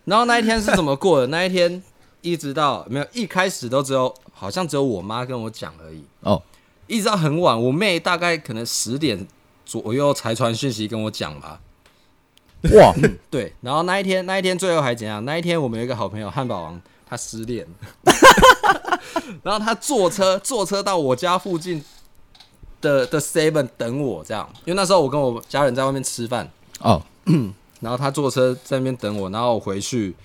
Speaker 3: 然后那一天是怎么过的？那一天一直到没有一开始都只有好像只有我妈跟我讲而已，
Speaker 2: 哦，
Speaker 3: 一直到很晚，我妹大概可能十点左右才传讯息跟我讲吧。
Speaker 2: 哇，
Speaker 3: 对，然后那一天，那一天最后还怎样？那一天我们有一个好朋友汉堡王，他失恋， 然后他坐车坐车到我家附近的的 Seven 等我，这样，因为那时候我跟我家人在外面吃饭，
Speaker 2: 哦，
Speaker 3: 然后他坐车在那边等我，然后我回去，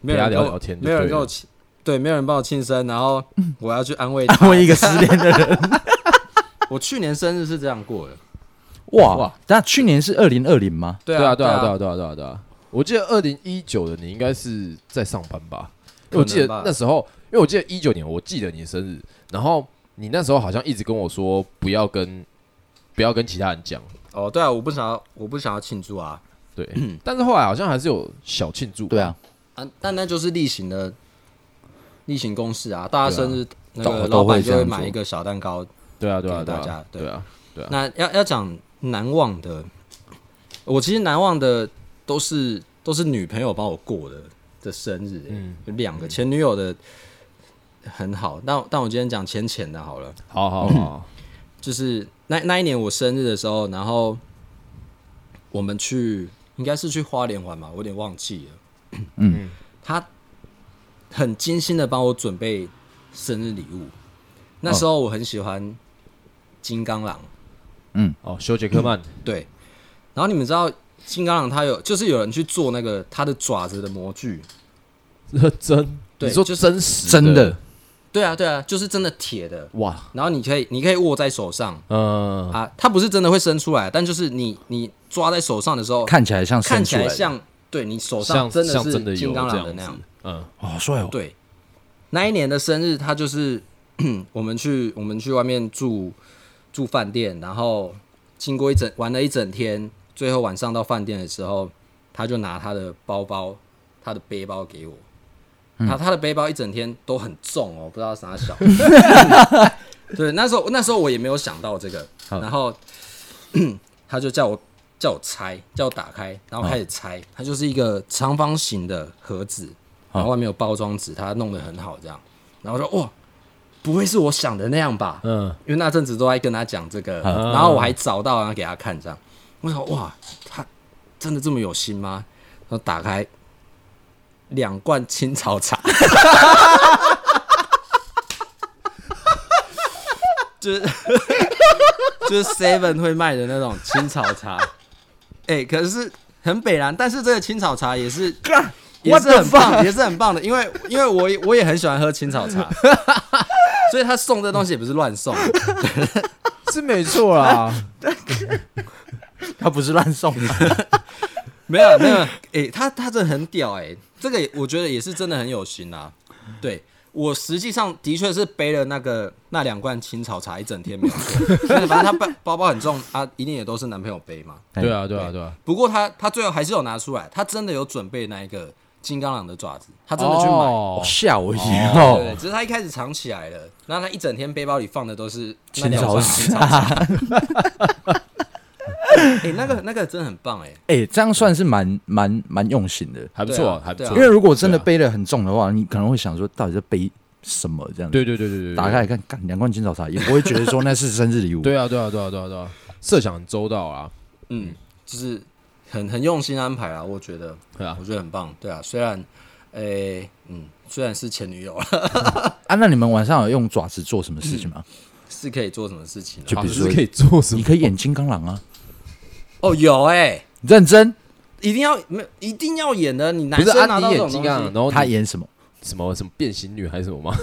Speaker 3: 没有
Speaker 1: 陪他
Speaker 3: 人跟
Speaker 1: 聊
Speaker 3: 我
Speaker 1: 聊天就
Speaker 3: 没有人
Speaker 1: 对
Speaker 3: 跟我
Speaker 1: 了
Speaker 3: 庆，对，没有人帮我庆生，然后我要去安慰他。
Speaker 2: 安慰一个失恋的人，
Speaker 3: 我去年生日是这样过的，
Speaker 2: 哇
Speaker 1: 哇
Speaker 2: 哇！那去年是二零二零吗？
Speaker 3: 对
Speaker 1: 对
Speaker 3: 啊，
Speaker 1: 啊，对啊，对啊，
Speaker 3: 啊，
Speaker 1: 对啊，对啊，对啊！我记得二零一九的你应该是在上班吧？因为
Speaker 3: 可能吧
Speaker 1: 我记得那时候，因为我记得一九年，我记得你生日，然后你那时候好像一直跟我说不要跟不要跟其他人讲，
Speaker 3: 哦，对啊，我不想要，我不想要庆祝啊，
Speaker 1: 对。但是后来好像还是有小庆祝，
Speaker 2: 对，啊，
Speaker 3: 啊，但那就是例行的例行公事啊，大家生日、那个
Speaker 2: 都
Speaker 3: 老
Speaker 2: 都
Speaker 3: 板
Speaker 2: 会
Speaker 3: 就会
Speaker 2: 这样
Speaker 3: 买
Speaker 2: 做
Speaker 3: 一个小蛋糕。
Speaker 1: 对啊，对啊，对
Speaker 3: 给大
Speaker 1: 啊
Speaker 3: 家，
Speaker 1: 对啊，对
Speaker 3: 那要要讲难忘的，我其实难忘的都是都是女朋友帮我过的的生日、
Speaker 1: 嗯
Speaker 3: 有两个前女友的很好，但但我今天讲浅浅的好了。
Speaker 1: 好好好，
Speaker 3: 就是那那一年我生日的时候，然后我们去应该是去花莲玩嘛，我有点忘记了。
Speaker 2: 嗯，
Speaker 3: 他很精心的帮我准备生日礼物。那时候我很喜欢金刚狼，
Speaker 1: 哦，修杰克曼，
Speaker 3: 对。然后你们知道金刚狼它有就是有人去做那个它的爪子的模具，
Speaker 1: 认真，
Speaker 3: 对
Speaker 1: 你说
Speaker 3: 就是
Speaker 1: 真实
Speaker 2: 真的，
Speaker 3: 对啊对啊，就是真的铁的，
Speaker 1: 哇，
Speaker 3: 然后你可以你可以握在手上
Speaker 1: 嗯，
Speaker 3: 啊，它不是真的会伸出来，但就是你你抓在手上的时候，
Speaker 2: 看起来像
Speaker 3: 看
Speaker 2: 生
Speaker 3: 起
Speaker 2: 出
Speaker 3: 来
Speaker 2: 来，
Speaker 3: 像对你手上
Speaker 1: 像
Speaker 3: 真
Speaker 1: 像真
Speaker 3: 是
Speaker 1: 的有
Speaker 3: 金刚
Speaker 1: 这
Speaker 3: 狼的
Speaker 1: 样
Speaker 3: 那样
Speaker 1: 子。，嗯，
Speaker 2: 好帅哦！
Speaker 3: 对，那一年的生日，他就是 我们去我们去外面住住饭店，然后经过一整玩了一整天，最后晚上到饭店的时候，他就拿他的包包，他的背包给我。他他的背包一整天都很重哦，不知道啥小。 对，那时候那时候我也没有想到这个，然后 他就叫我叫我拆，叫我打开，然后开始拆。它就是一个长方形的盒子，然后外面有包装纸，它弄得很好这样。然后说哇，不会是我想的那样吧？
Speaker 1: 嗯，
Speaker 3: 因为那阵子都在跟他讲这个，
Speaker 1: 嗯
Speaker 3: 然后我还找到然后给他看这样。我想哇，他真的这么有心吗？然后打开两罐青草茶。就是就是 Seven 会卖的那种青草茶，哎、可是很北然，但是这个青草茶也是也是很棒，也是很棒的，因为因为我也我也很喜欢喝青草茶，所以他送这东西也不是乱送，
Speaker 1: 是没错啦，
Speaker 2: 他不是乱送的，
Speaker 3: 没有没有，哎、他他真的很屌哎、这个也我觉得也是真的很有心啊。对我实际上的确是背了那个那两罐青草茶一整天没有错，但是反正他包包包很重，啊，一定也都是男朋友背嘛。
Speaker 1: 对啊，对啊，对啊，
Speaker 3: 不过他他最后还是有拿出来，他真的有准备那一个金刚狼的爪子，他哎真的去买。
Speaker 1: 哦
Speaker 2: 吓我一
Speaker 1: 哦
Speaker 3: 对，只是他一开始藏起来了，然后他一整天背包里放的都是那
Speaker 2: 青
Speaker 3: 两
Speaker 2: 草
Speaker 3: 罐青草茶。
Speaker 2: 茶，
Speaker 3: 哎、那个那个真的很棒哎、
Speaker 2: 哎，这样算是蛮蛮蛮用心的。
Speaker 1: 还不
Speaker 3: 对
Speaker 1: 错
Speaker 3: 啊
Speaker 1: 啊，还不
Speaker 3: 对啊
Speaker 1: 错
Speaker 2: 因为。如果真的
Speaker 1: 对啊
Speaker 2: 背的很重的话，你可能会想说，到底在背什么这样子？
Speaker 1: 对对对对对，
Speaker 2: 打开来看，干两罐青草茶，也不会觉得说那是生日礼物。
Speaker 1: 对啊，对啊，对啊，对啊，对啊，设想很周到啊，
Speaker 3: 嗯，就是很很用心安排啦，我觉得，
Speaker 1: 对啊
Speaker 3: 我，觉得很棒，对啊，虽然，诶、嗯，虽然是前女友了，
Speaker 2: 啊，那你们晚上有用爪子做什么
Speaker 1: 嗯
Speaker 2: 事情吗？
Speaker 3: 是可以做什么事情的
Speaker 2: 就
Speaker 1: 好
Speaker 2: 比如
Speaker 1: 啊是
Speaker 2: 说，
Speaker 1: 可以做什
Speaker 2: 你
Speaker 1: 么？
Speaker 2: 可以演金刚狼啊，
Speaker 3: 哦，有哎、
Speaker 2: 认真。
Speaker 3: 一定要没有一定要演的，你
Speaker 1: 不
Speaker 3: 男
Speaker 1: 是
Speaker 3: 生
Speaker 1: 啊，
Speaker 3: 拿
Speaker 1: 你
Speaker 3: 到这
Speaker 1: 演
Speaker 3: 种
Speaker 1: 金
Speaker 3: 东
Speaker 1: 刚狼，
Speaker 3: 西，
Speaker 1: 然后
Speaker 2: 他
Speaker 1: 他演
Speaker 2: 演什么？
Speaker 1: 什么什么变形女还是什么吗？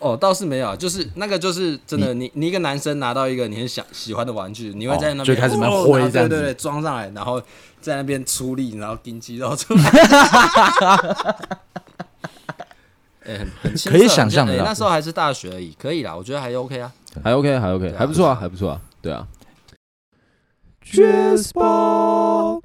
Speaker 3: 哦，倒是没有，就是那个就是真的，你你一个男生拿到一个你很想喜欢的玩具，你会在那边、
Speaker 2: 哦最开始
Speaker 3: 哦
Speaker 2: 蛮灰
Speaker 3: 然后
Speaker 2: 这
Speaker 3: 对
Speaker 2: 样子
Speaker 3: 对对，装上来，然后在那边出力，然后盯肌肉出来。哎，很很青涩
Speaker 2: 可以想象的
Speaker 3: 就哎
Speaker 2: 啦
Speaker 3: 那时候还是大学而已，可以啦，我觉得还 OK 啊。
Speaker 1: 还 OK，还 OK，
Speaker 3: 对啊
Speaker 1: 还不错啊，还不错啊，对啊。Jazz Ball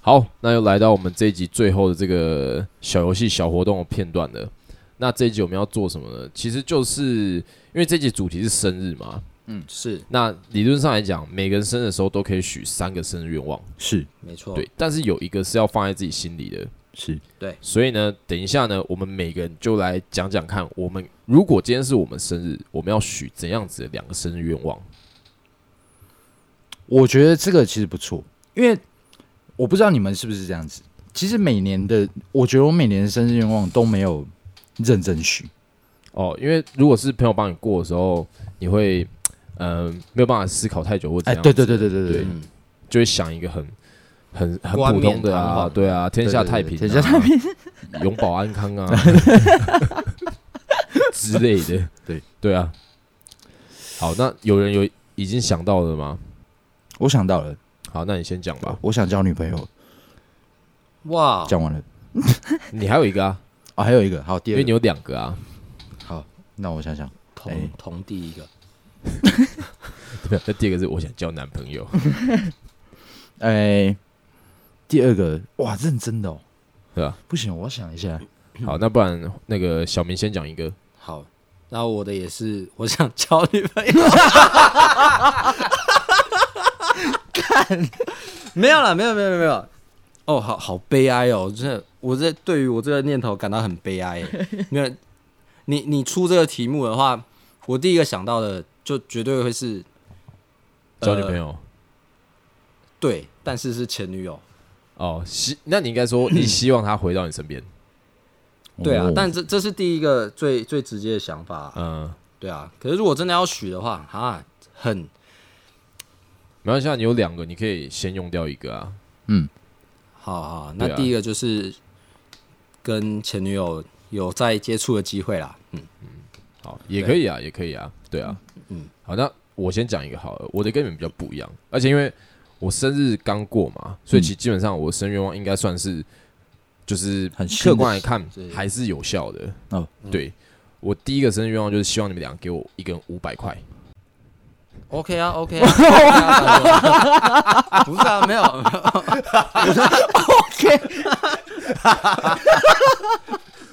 Speaker 1: 好，那又来到我们这一集最后的这个小游戏、小活动的片段了。那这一集我们要做什么呢？其实就是因为这一集主题是生日嘛。
Speaker 3: 是
Speaker 1: 那理论上来讲，每个人生日的时候都可以许三个生日愿望，
Speaker 2: 是
Speaker 3: 没错，
Speaker 1: 对。但是有一个是要放在自己心里的，
Speaker 2: 是，
Speaker 1: 所以呢，等一下呢，我们每个人就来讲讲看，我们如果今天是我们生日，我们要许怎样子的两个生日愿望？
Speaker 2: 我觉得这个其实不错，因为我不知道你们是不是这样子。其实每年的，我觉得我每年的生日愿望都没有认真许，
Speaker 1: 哦，因为如果是朋友帮你过的时候，你会嗯、呃没有办法思考太久或怎
Speaker 2: 哎，
Speaker 1: 样，
Speaker 2: 对对对对对
Speaker 1: 对，嗯就会想一个很很很
Speaker 3: 冠
Speaker 1: 普
Speaker 3: 冕
Speaker 1: 通的
Speaker 3: 堂
Speaker 1: 啊，
Speaker 3: 皇
Speaker 1: 对啊，天下
Speaker 2: 对对
Speaker 1: 太平、啊，
Speaker 2: 天下太平，
Speaker 1: 永保安康 啊之类的，
Speaker 2: 对
Speaker 1: 对啊。好，那有人有已经想到了吗？
Speaker 2: 我想到了，
Speaker 1: 好，那你先讲 吧。
Speaker 2: 我想交女朋友，
Speaker 3: 哇，
Speaker 2: 讲完了
Speaker 1: 你还有一个啊，
Speaker 2: 啊，还有一个，好，第
Speaker 1: 因
Speaker 2: 二
Speaker 1: 为你
Speaker 2: 个，
Speaker 1: 有两个啊，
Speaker 2: 好，那我想想，
Speaker 3: 同
Speaker 2: 哎
Speaker 3: 同第一个，
Speaker 1: 对啊那第二个是我想交男朋友，
Speaker 2: 哎，第二个，哇，认真的哦，
Speaker 1: 对吧、
Speaker 2: 不行，我想一下，
Speaker 1: 好，那不然那个小明先讲一个，
Speaker 3: 好，然后我的也是，我想交女朋友。 看，没有了，没有，没有，没有没有。哦，好好悲哀哦！真的，我这对于我这个念头感到很悲哀耶。没有，你你出这个题目的话，我第一个想到的就绝对会是
Speaker 1: 交女
Speaker 3: 呃
Speaker 1: 朋友。
Speaker 3: 对，但是是前女友。
Speaker 1: 哦，希，那你应该说你希望他回到你身边，
Speaker 3: 对啊，
Speaker 2: 哦
Speaker 3: 但这这是第一个最最直接的想法啊、
Speaker 1: 嗯，
Speaker 3: 对啊，可是如果真的要许的话，啊，很
Speaker 1: 没关系啊，你有两个，你可以先用掉一个啊，
Speaker 3: 好好，那
Speaker 1: 对啊
Speaker 3: 第一个就是跟前女友有再接触的机会啦。嗯，
Speaker 1: 好，也可以啊，也可以啊，对啊，嗯，好，那我先讲一个好了，我的跟你们比较不一样，而且因为我生日刚过嘛，所以其实基本上我生日愿望应该算是就是
Speaker 2: 很新的
Speaker 1: 客观来看
Speaker 3: 是
Speaker 1: 还是有效的。
Speaker 2: 哦，
Speaker 1: 对我第一个生日愿望就是希望你们俩给我一个人五百块，
Speaker 3: OK 啊，OK 啊 OK 啊，不是啊，没有，没有
Speaker 2: OK，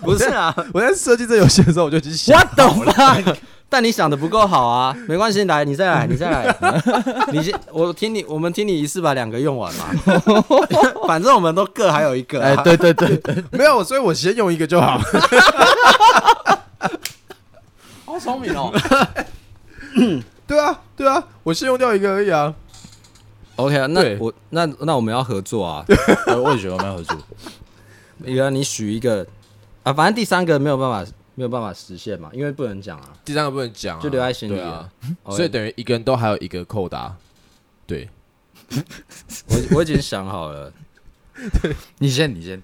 Speaker 3: 不是啊，
Speaker 1: 我在设计这游戏的时候我就已经想
Speaker 2: 懂了，
Speaker 3: 但你想的不够好啊，没关系，来，你再来，你再来，你先，我听你，我们听你一次把两个用完 嘛，反正我们都各还有一个、啊，
Speaker 2: 哎，对对对，
Speaker 1: 没有，所以我先用一个就好。
Speaker 3: 好聪明哦。
Speaker 1: 对啊，对啊，我先用掉一个而已啊。
Speaker 3: OK 啊，那
Speaker 1: 对
Speaker 3: 我那那我们要合作啊，
Speaker 2: 我也觉得我们要合作，
Speaker 3: 原来你许一个啊，反正第三个没有办法没有办法实现嘛，因为不能讲啊。
Speaker 1: 第三个不能讲啊、
Speaker 3: 就留在心里
Speaker 1: 对 啊，
Speaker 3: OK
Speaker 1: 所以等于一个人都还有一个扣打。对，
Speaker 3: 我我已经想好了，
Speaker 2: 你先，你先，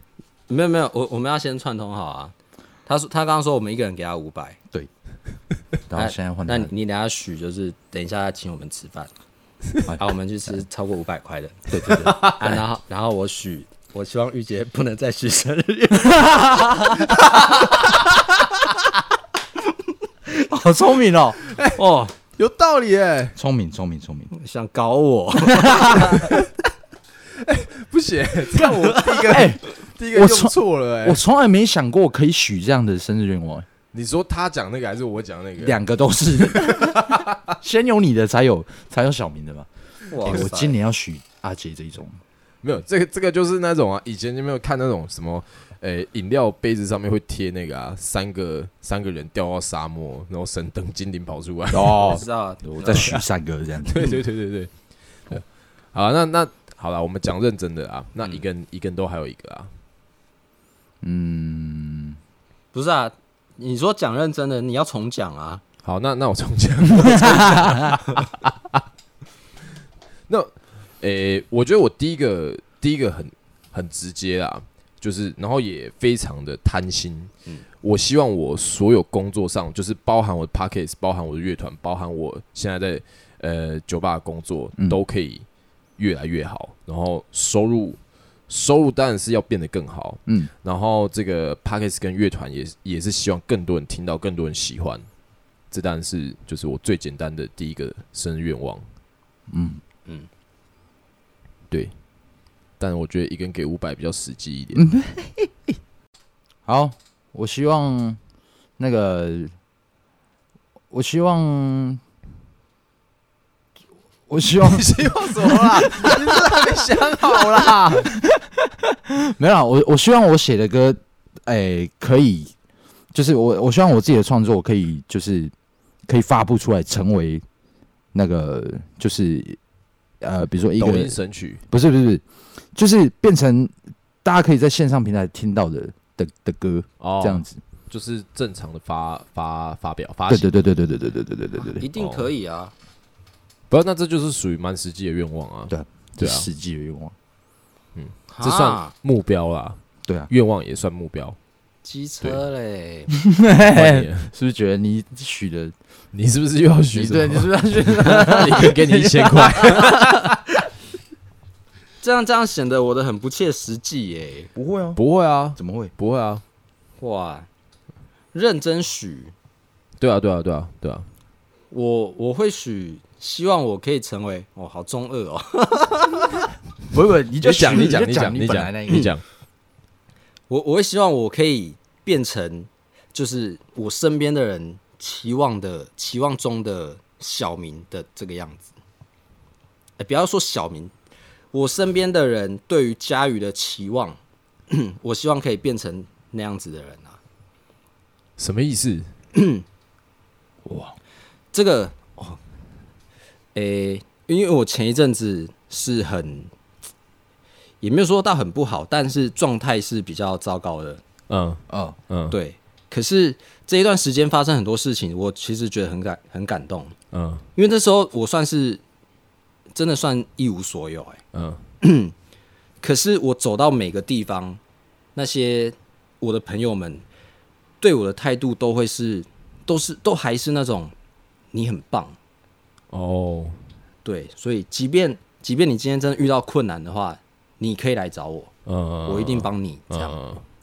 Speaker 3: 没有没有，我我们要先串通好啊。他说他刚刚说我们一个人给他五百，
Speaker 2: 然后现在换
Speaker 3: 那
Speaker 2: 哎你
Speaker 3: 你，你等下许就是等一下他请我们吃饭，啊，我们去吃超过五百块的，对对对，啊，然后然后我许，我希望玉洁不能再许生日，
Speaker 2: 好聪明哦，
Speaker 3: 哦，
Speaker 1: 有道理哎，
Speaker 2: 聪明，聪明，聪明，
Speaker 3: 想搞我，
Speaker 1: 不行， 这样我第一个、
Speaker 2: 哎
Speaker 1: 第一个
Speaker 2: 我
Speaker 1: 用
Speaker 2: 从
Speaker 1: 错了哎
Speaker 2: 我。从来没想过可以许这样的生日愿望，
Speaker 1: 你说他讲那个还是我讲那个？
Speaker 2: 两个都是， 先有你的才有才有小明的嘛，
Speaker 3: 哇
Speaker 2: 哎，我今年要许阿杰这一种，
Speaker 1: 没
Speaker 2: 啊
Speaker 1: 有，这个这个就是那种啊，以前有没有看那种什么，诶、饮料杯子上面会贴那个啊，三个三个人掉到沙漠，然后神灯精灵跑出来。
Speaker 3: 我
Speaker 2: 哦
Speaker 3: 知，道，
Speaker 2: 我再许三个这样子，
Speaker 1: 对对对对对。对好，那那好了，我们讲认真的啊。那一个人、一个人都还有一个啊，
Speaker 2: 嗯，
Speaker 3: 不是啊，你说讲认真的，你要重讲啊，
Speaker 1: 好，那那我重讲， 我重讲那，诶、我觉得我第一个第一个很很直接啦，就是然后也非常的贪心。
Speaker 2: 嗯
Speaker 1: 我希望我所有工作上，就是包含我的 p o c k e t 包含我的乐团，包含我现在在呃酒吧的工作，
Speaker 2: 嗯
Speaker 1: 都可以越来越好。然后收入收入当然是要变得更好，
Speaker 2: 嗯，
Speaker 1: 然后这个 p a c k e s 跟乐团也也是希望更多人听到，更多人喜欢。这当然是就是我最简单的第一个生日愿望。
Speaker 2: 嗯
Speaker 3: 嗯，
Speaker 1: 对。但我觉得一个人给五百比较实际一点。
Speaker 2: 嗯好，我希望那个，我希望，我希望
Speaker 1: 你希望什么 啦？你这还没想好啦。
Speaker 2: 没有啦，我我希望我写的歌，哎、可以，就是我我希望我自己的创作可以，就是可以发布出来，成为那个就是呃，比如说一
Speaker 1: 抖
Speaker 2: 个
Speaker 1: 音神曲，
Speaker 2: 不是不是不是，就是变成大家可以在线上平台听到的的的歌
Speaker 1: 哦
Speaker 2: 这样子，
Speaker 1: 就是正常的发发发表发
Speaker 2: 对
Speaker 1: 行。
Speaker 2: 对对对对对对对对对对对
Speaker 3: 一
Speaker 2: 对，
Speaker 3: 定可以啊。
Speaker 1: 不，那这就是属于蛮实际的愿望啊，
Speaker 2: 对啊
Speaker 1: 对啊
Speaker 2: 实际的愿望，
Speaker 1: 哦这算
Speaker 3: 啊
Speaker 1: 目标啦，
Speaker 2: 对啊，
Speaker 1: 愿望也算目标。
Speaker 3: 机车嘞，
Speaker 1: 换你了
Speaker 2: 是不是觉得你许的，
Speaker 1: 你是不是又要许什
Speaker 2: 对，你
Speaker 1: 么？
Speaker 2: 是不是要许？
Speaker 1: 你给你一千块，
Speaker 3: 这样这样显得我的很不切实际耶。
Speaker 2: 不会啊，
Speaker 1: 不会啊，
Speaker 2: 怎么会？
Speaker 1: 不会啊，
Speaker 3: 哇，认真许
Speaker 1: 对啊，对啊，对啊，对啊，
Speaker 3: 我我会许，希望我可以成为哦，好中二哦。
Speaker 2: 不会不会，你就
Speaker 1: 你讲，
Speaker 2: 许
Speaker 1: 你讲，
Speaker 2: 就
Speaker 1: 你讲，
Speaker 2: 讲，
Speaker 1: 你
Speaker 2: 本来那
Speaker 1: 讲，
Speaker 2: 个
Speaker 1: 你，讲，
Speaker 3: 我我会希望我可以变成，就是我身边的人期望的期望中的小明的这个样子。哎，不要说小明，我身边的人对于佳宇的期望， 我希望可以变成那样子的人啊。
Speaker 1: 什么意思？
Speaker 3: 这个哦，诶、因为我前一阵子是很，也没有说到很不好，但是状态是比较糟糕的。
Speaker 1: 嗯
Speaker 2: 哦，
Speaker 1: 嗯
Speaker 3: 对，可是这一段时间发生很多事情，我其实觉得很感很感动，
Speaker 1: 嗯
Speaker 3: 因为那时候我算是真的算一无所有、欸，
Speaker 1: 嗯
Speaker 3: 可是我走到每个地方，那些我的朋友们对我的态度都会是，都是都还是那种你很棒，
Speaker 1: 哦，
Speaker 3: 对，所以即便即便你今天真的遇到困难的话，你可以来找我，
Speaker 1: 嗯，
Speaker 3: 我一定帮你。这样，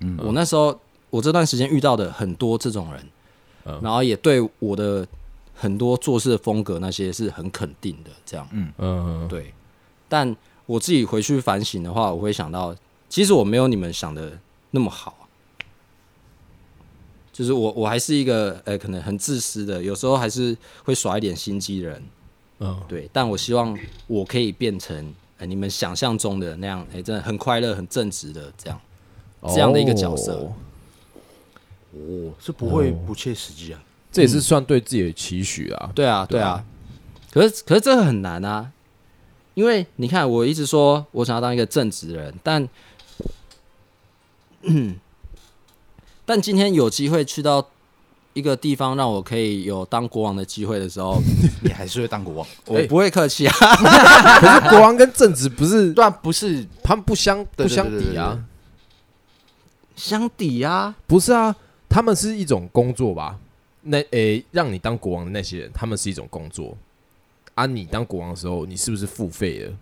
Speaker 1: 嗯
Speaker 3: 我那时候我这段时间遇到的很多这种人，
Speaker 1: 嗯
Speaker 3: 然后也对我的很多做事的风格那些是很肯定的。这样，
Speaker 1: 嗯
Speaker 3: 对。但我自己回去反省的话，我会想到，其实我没有你们想的那么好啊、就是我我还是一个呃，可能很自私的，有时候还是会耍一点心机的人。
Speaker 1: 嗯
Speaker 3: 对，但我希望我可以变成、呃、你们想象中的那样，哎、真的很快乐、很正直的这样。这样的一个角色
Speaker 1: 哦
Speaker 2: 哦，是不会不切实际啊，
Speaker 1: 这也是算对自己的期许
Speaker 2: 嗯
Speaker 1: 啦。
Speaker 3: 对啊，对啊。可是可是这个很难啊，因为你看，我一直说我想要当一个正直的人，但 但今天有机会去到一个地方，让我可以有当国王的机会的时 候，
Speaker 2: 你还是会当国王，
Speaker 3: 我不会客气啊。
Speaker 1: 可是国王跟正直不是，
Speaker 2: 对啊，不是
Speaker 1: 他们不相
Speaker 2: 对
Speaker 1: 不相抵
Speaker 2: 对对对对
Speaker 1: 啊，
Speaker 3: 相抵啊，
Speaker 1: 不是啊，他们是一种工作吧？那诶，让你当国王的那些人，他们是一种工作啊。你当国王的时候，你是不是付费的？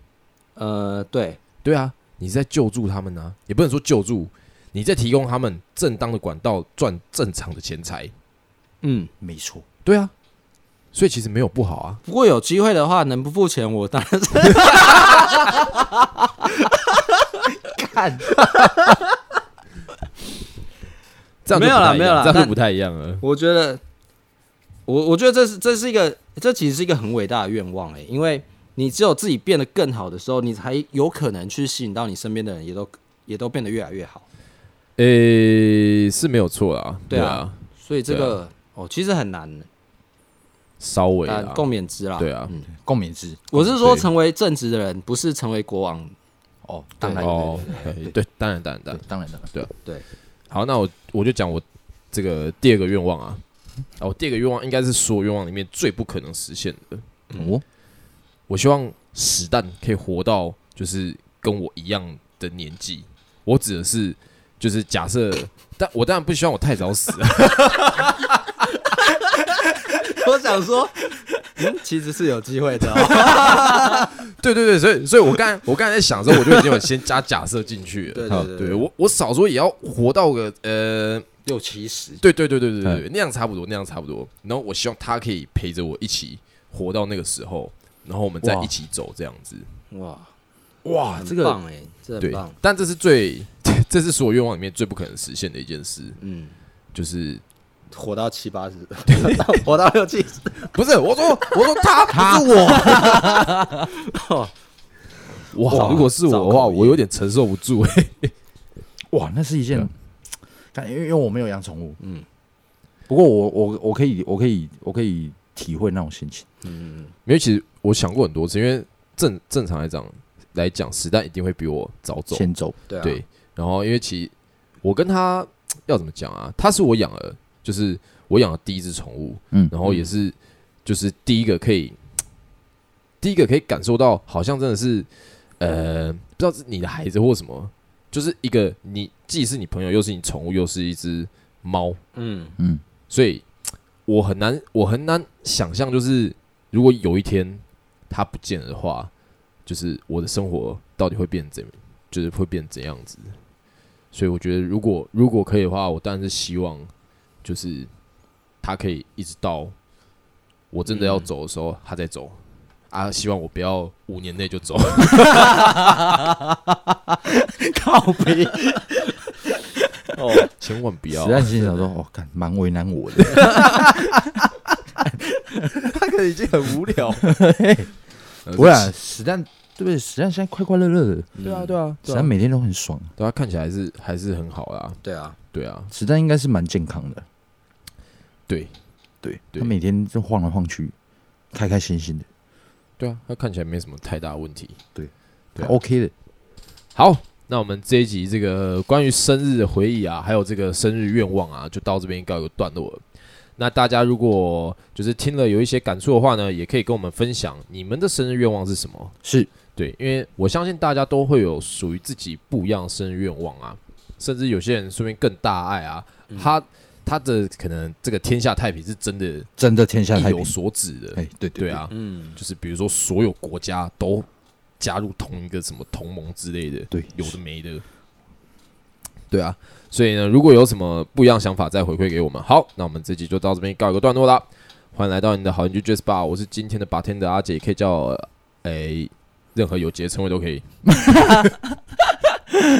Speaker 3: 呃，对，
Speaker 1: 对啊，你是在救助他们呢、也不能说救助，你在提供他们正当的管道赚正常的钱财。
Speaker 3: 嗯。
Speaker 2: 没错，
Speaker 1: 对啊，所以其实没有不好啊。
Speaker 3: 不过有机会的话，能不付钱我当然是干。
Speaker 1: 这样就
Speaker 3: 没有
Speaker 1: 不太
Speaker 3: 啦
Speaker 1: 一样
Speaker 3: 没有啦
Speaker 1: 这样就
Speaker 3: 但
Speaker 1: 不太一样了。
Speaker 3: 我觉得，我我觉得这是这是一个，这其实是一个很伟大的愿望哎、因为你只有自己变得更好的时候，你才有可能去吸引到你身边的人，也都也都变得越来越好。
Speaker 1: 诶、是没有错啦。
Speaker 3: 对啊
Speaker 1: 啊，
Speaker 3: 所以这个、哦，其实很难，
Speaker 1: 稍微
Speaker 3: 但
Speaker 1: 啦。
Speaker 3: 共勉之啦。
Speaker 1: 对啊，
Speaker 3: 嗯，
Speaker 2: 共勉之，
Speaker 3: 我是说成为正直的人，不是成为国王。
Speaker 2: 哦，当然
Speaker 1: 哦，对对，当然当然当
Speaker 2: 对
Speaker 1: 然。，
Speaker 2: 当然的，
Speaker 3: 对，
Speaker 1: 好，那我我就讲我这个第二个愿望啊。啊，我第二个愿望应该是所有愿望里面最不可能实现的。
Speaker 2: 哦，
Speaker 1: 我希望史蛋可以活到就是跟我一样的年纪。我指的是，就是假设，但我当然不希望我太早死 啊。
Speaker 3: 我想说，嗯，其实是有机会的、哦。
Speaker 1: 对对对，所以所以我刚才我刚才在想的时候，我就已经有先加假设进去了。
Speaker 3: 对
Speaker 1: 好
Speaker 3: 对对对
Speaker 1: 我我少说也要活到个呃，
Speaker 3: 六七十，
Speaker 1: 对对对对对
Speaker 3: 哎
Speaker 1: 对对，那样差不多，那样差不多。然后我希望他可以陪着我一起活到那个时候，然后我们再
Speaker 2: 哇
Speaker 1: 一起走这样子。
Speaker 3: 哇，
Speaker 2: 哇，
Speaker 3: 很
Speaker 2: 这个
Speaker 3: 棒哎、这很
Speaker 1: 对
Speaker 3: 棒。，
Speaker 1: 但这是最 这是所有愿望里面最不可能实现的一件事，
Speaker 3: 嗯，
Speaker 1: 就是
Speaker 3: 活到七八十， 活到六七十，
Speaker 1: 不是我说我说他不是我。 哇，
Speaker 3: 哇
Speaker 1: 如果是我的
Speaker 3: 糟
Speaker 1: 话，
Speaker 3: 糕
Speaker 1: 我有点承受不住。欸嘿
Speaker 2: 哇，那是一件，但因为因为我没有养宠物，嗯，不过我我我可以我可以我可以体会那种心情，
Speaker 3: 嗯
Speaker 1: 因为其实我想过很多次，因为正正常来讲来讲，时代一定会比我早走。
Speaker 2: 先走，
Speaker 3: 对啊，
Speaker 1: 对，然后因为其实我跟他要怎么讲啊？它是我养的，就是我养的第一只宠物，
Speaker 2: 嗯
Speaker 1: 然后也是就是第一个可以，第一个可以感受到，好像真的是呃，不知道是你的孩子或什么，就是一个你既是你朋友，又是你宠物，又是一只猫，
Speaker 3: 嗯，
Speaker 2: 嗯，
Speaker 1: 所以我很难，我很难想象，就是如果有一天它不见了的话，就是我的生活到底会变怎，就是会变怎样子。所以我觉得，如果如果可以的话，我当然是希望，就是它可以一直到我真的要走的时候，它再走。啊，希望我不要五年内就 走。
Speaker 3: 靠背，
Speaker 1: 哦，千万不要
Speaker 2: 实。在心想说，哦，干，蛮为难我的。
Speaker 1: 他可能已经很无聊。
Speaker 2: 不然，实战对不对？实战现在快快乐乐的，
Speaker 1: 对啊，对啊，
Speaker 2: 实
Speaker 1: 对啊，
Speaker 2: 战每天都很爽。
Speaker 1: 对啊，看起来还是还是很好啦。
Speaker 3: 对啊，
Speaker 1: 对啊，
Speaker 2: 实战应该是蛮健康的，
Speaker 1: 对
Speaker 2: 对
Speaker 1: 对
Speaker 2: 他每天就晃来晃去，开开心心的，
Speaker 1: 对啊，他看起来没什么太大问题。对啊
Speaker 2: OK 的。
Speaker 1: 好，那我们这一集这个关于生日的回忆啊，还有这个生日愿望啊，就到这边告一个段落了。那大家如果就是听了有一些感触的话呢，也可以跟我们分享你们的生日愿望是什么。
Speaker 2: 是，
Speaker 1: 对，因为我相信大家都会有属于自己不一样的生日愿望啊，甚至有些人说不定更大爱啊，
Speaker 2: 嗯
Speaker 1: 他他的可能这个天下太平是真的
Speaker 2: 真的天下
Speaker 1: 意
Speaker 2: 太
Speaker 1: 有
Speaker 2: 平。
Speaker 1: 所指的，
Speaker 2: 哎，对
Speaker 1: 对，啊，
Speaker 3: 嗯，
Speaker 1: 就是比如说所有国家都加入同一个什么同盟之类的，
Speaker 2: 对
Speaker 1: 有的没的，对啊，所以呢，如果有什么不一样想法，再回馈给我们。好，那我们这集就到这边告一个段落啦。欢迎来到你的好邻居 Jazz Bar，我是今天的 bartender 阿姐，也可以叫我诶、任何有节称谓都可以。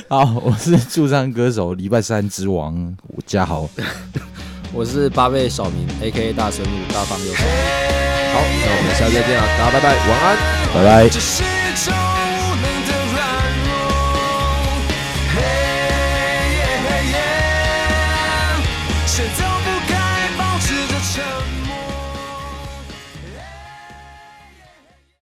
Speaker 2: 好，我是驻唱歌手，礼拜三之王吴家豪。
Speaker 3: 我是八倍小明，A K A 大神武，大方又爽。
Speaker 1: 好，那我们下次再见啊，大家拜拜，晚安。
Speaker 2: 拜拜。
Speaker 4: 这是丑陋的软弱，哦嘿耶嘿耶，谁都不该保持着沉默。